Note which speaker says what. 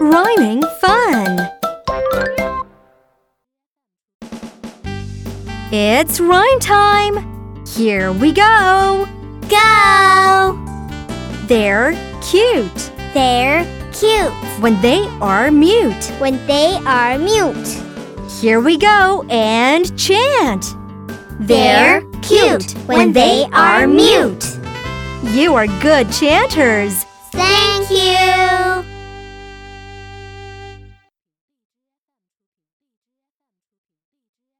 Speaker 1: Rhyming fun! It's rhyme time! Here we go! Oh,
Speaker 2: Go!
Speaker 1: They're cute
Speaker 2: They're cute
Speaker 1: when they are mute.
Speaker 2: when they are mute.
Speaker 1: Here we go and chant!
Speaker 2: They're cute when they are mute.
Speaker 1: You are good chanters!
Speaker 2: Thank you.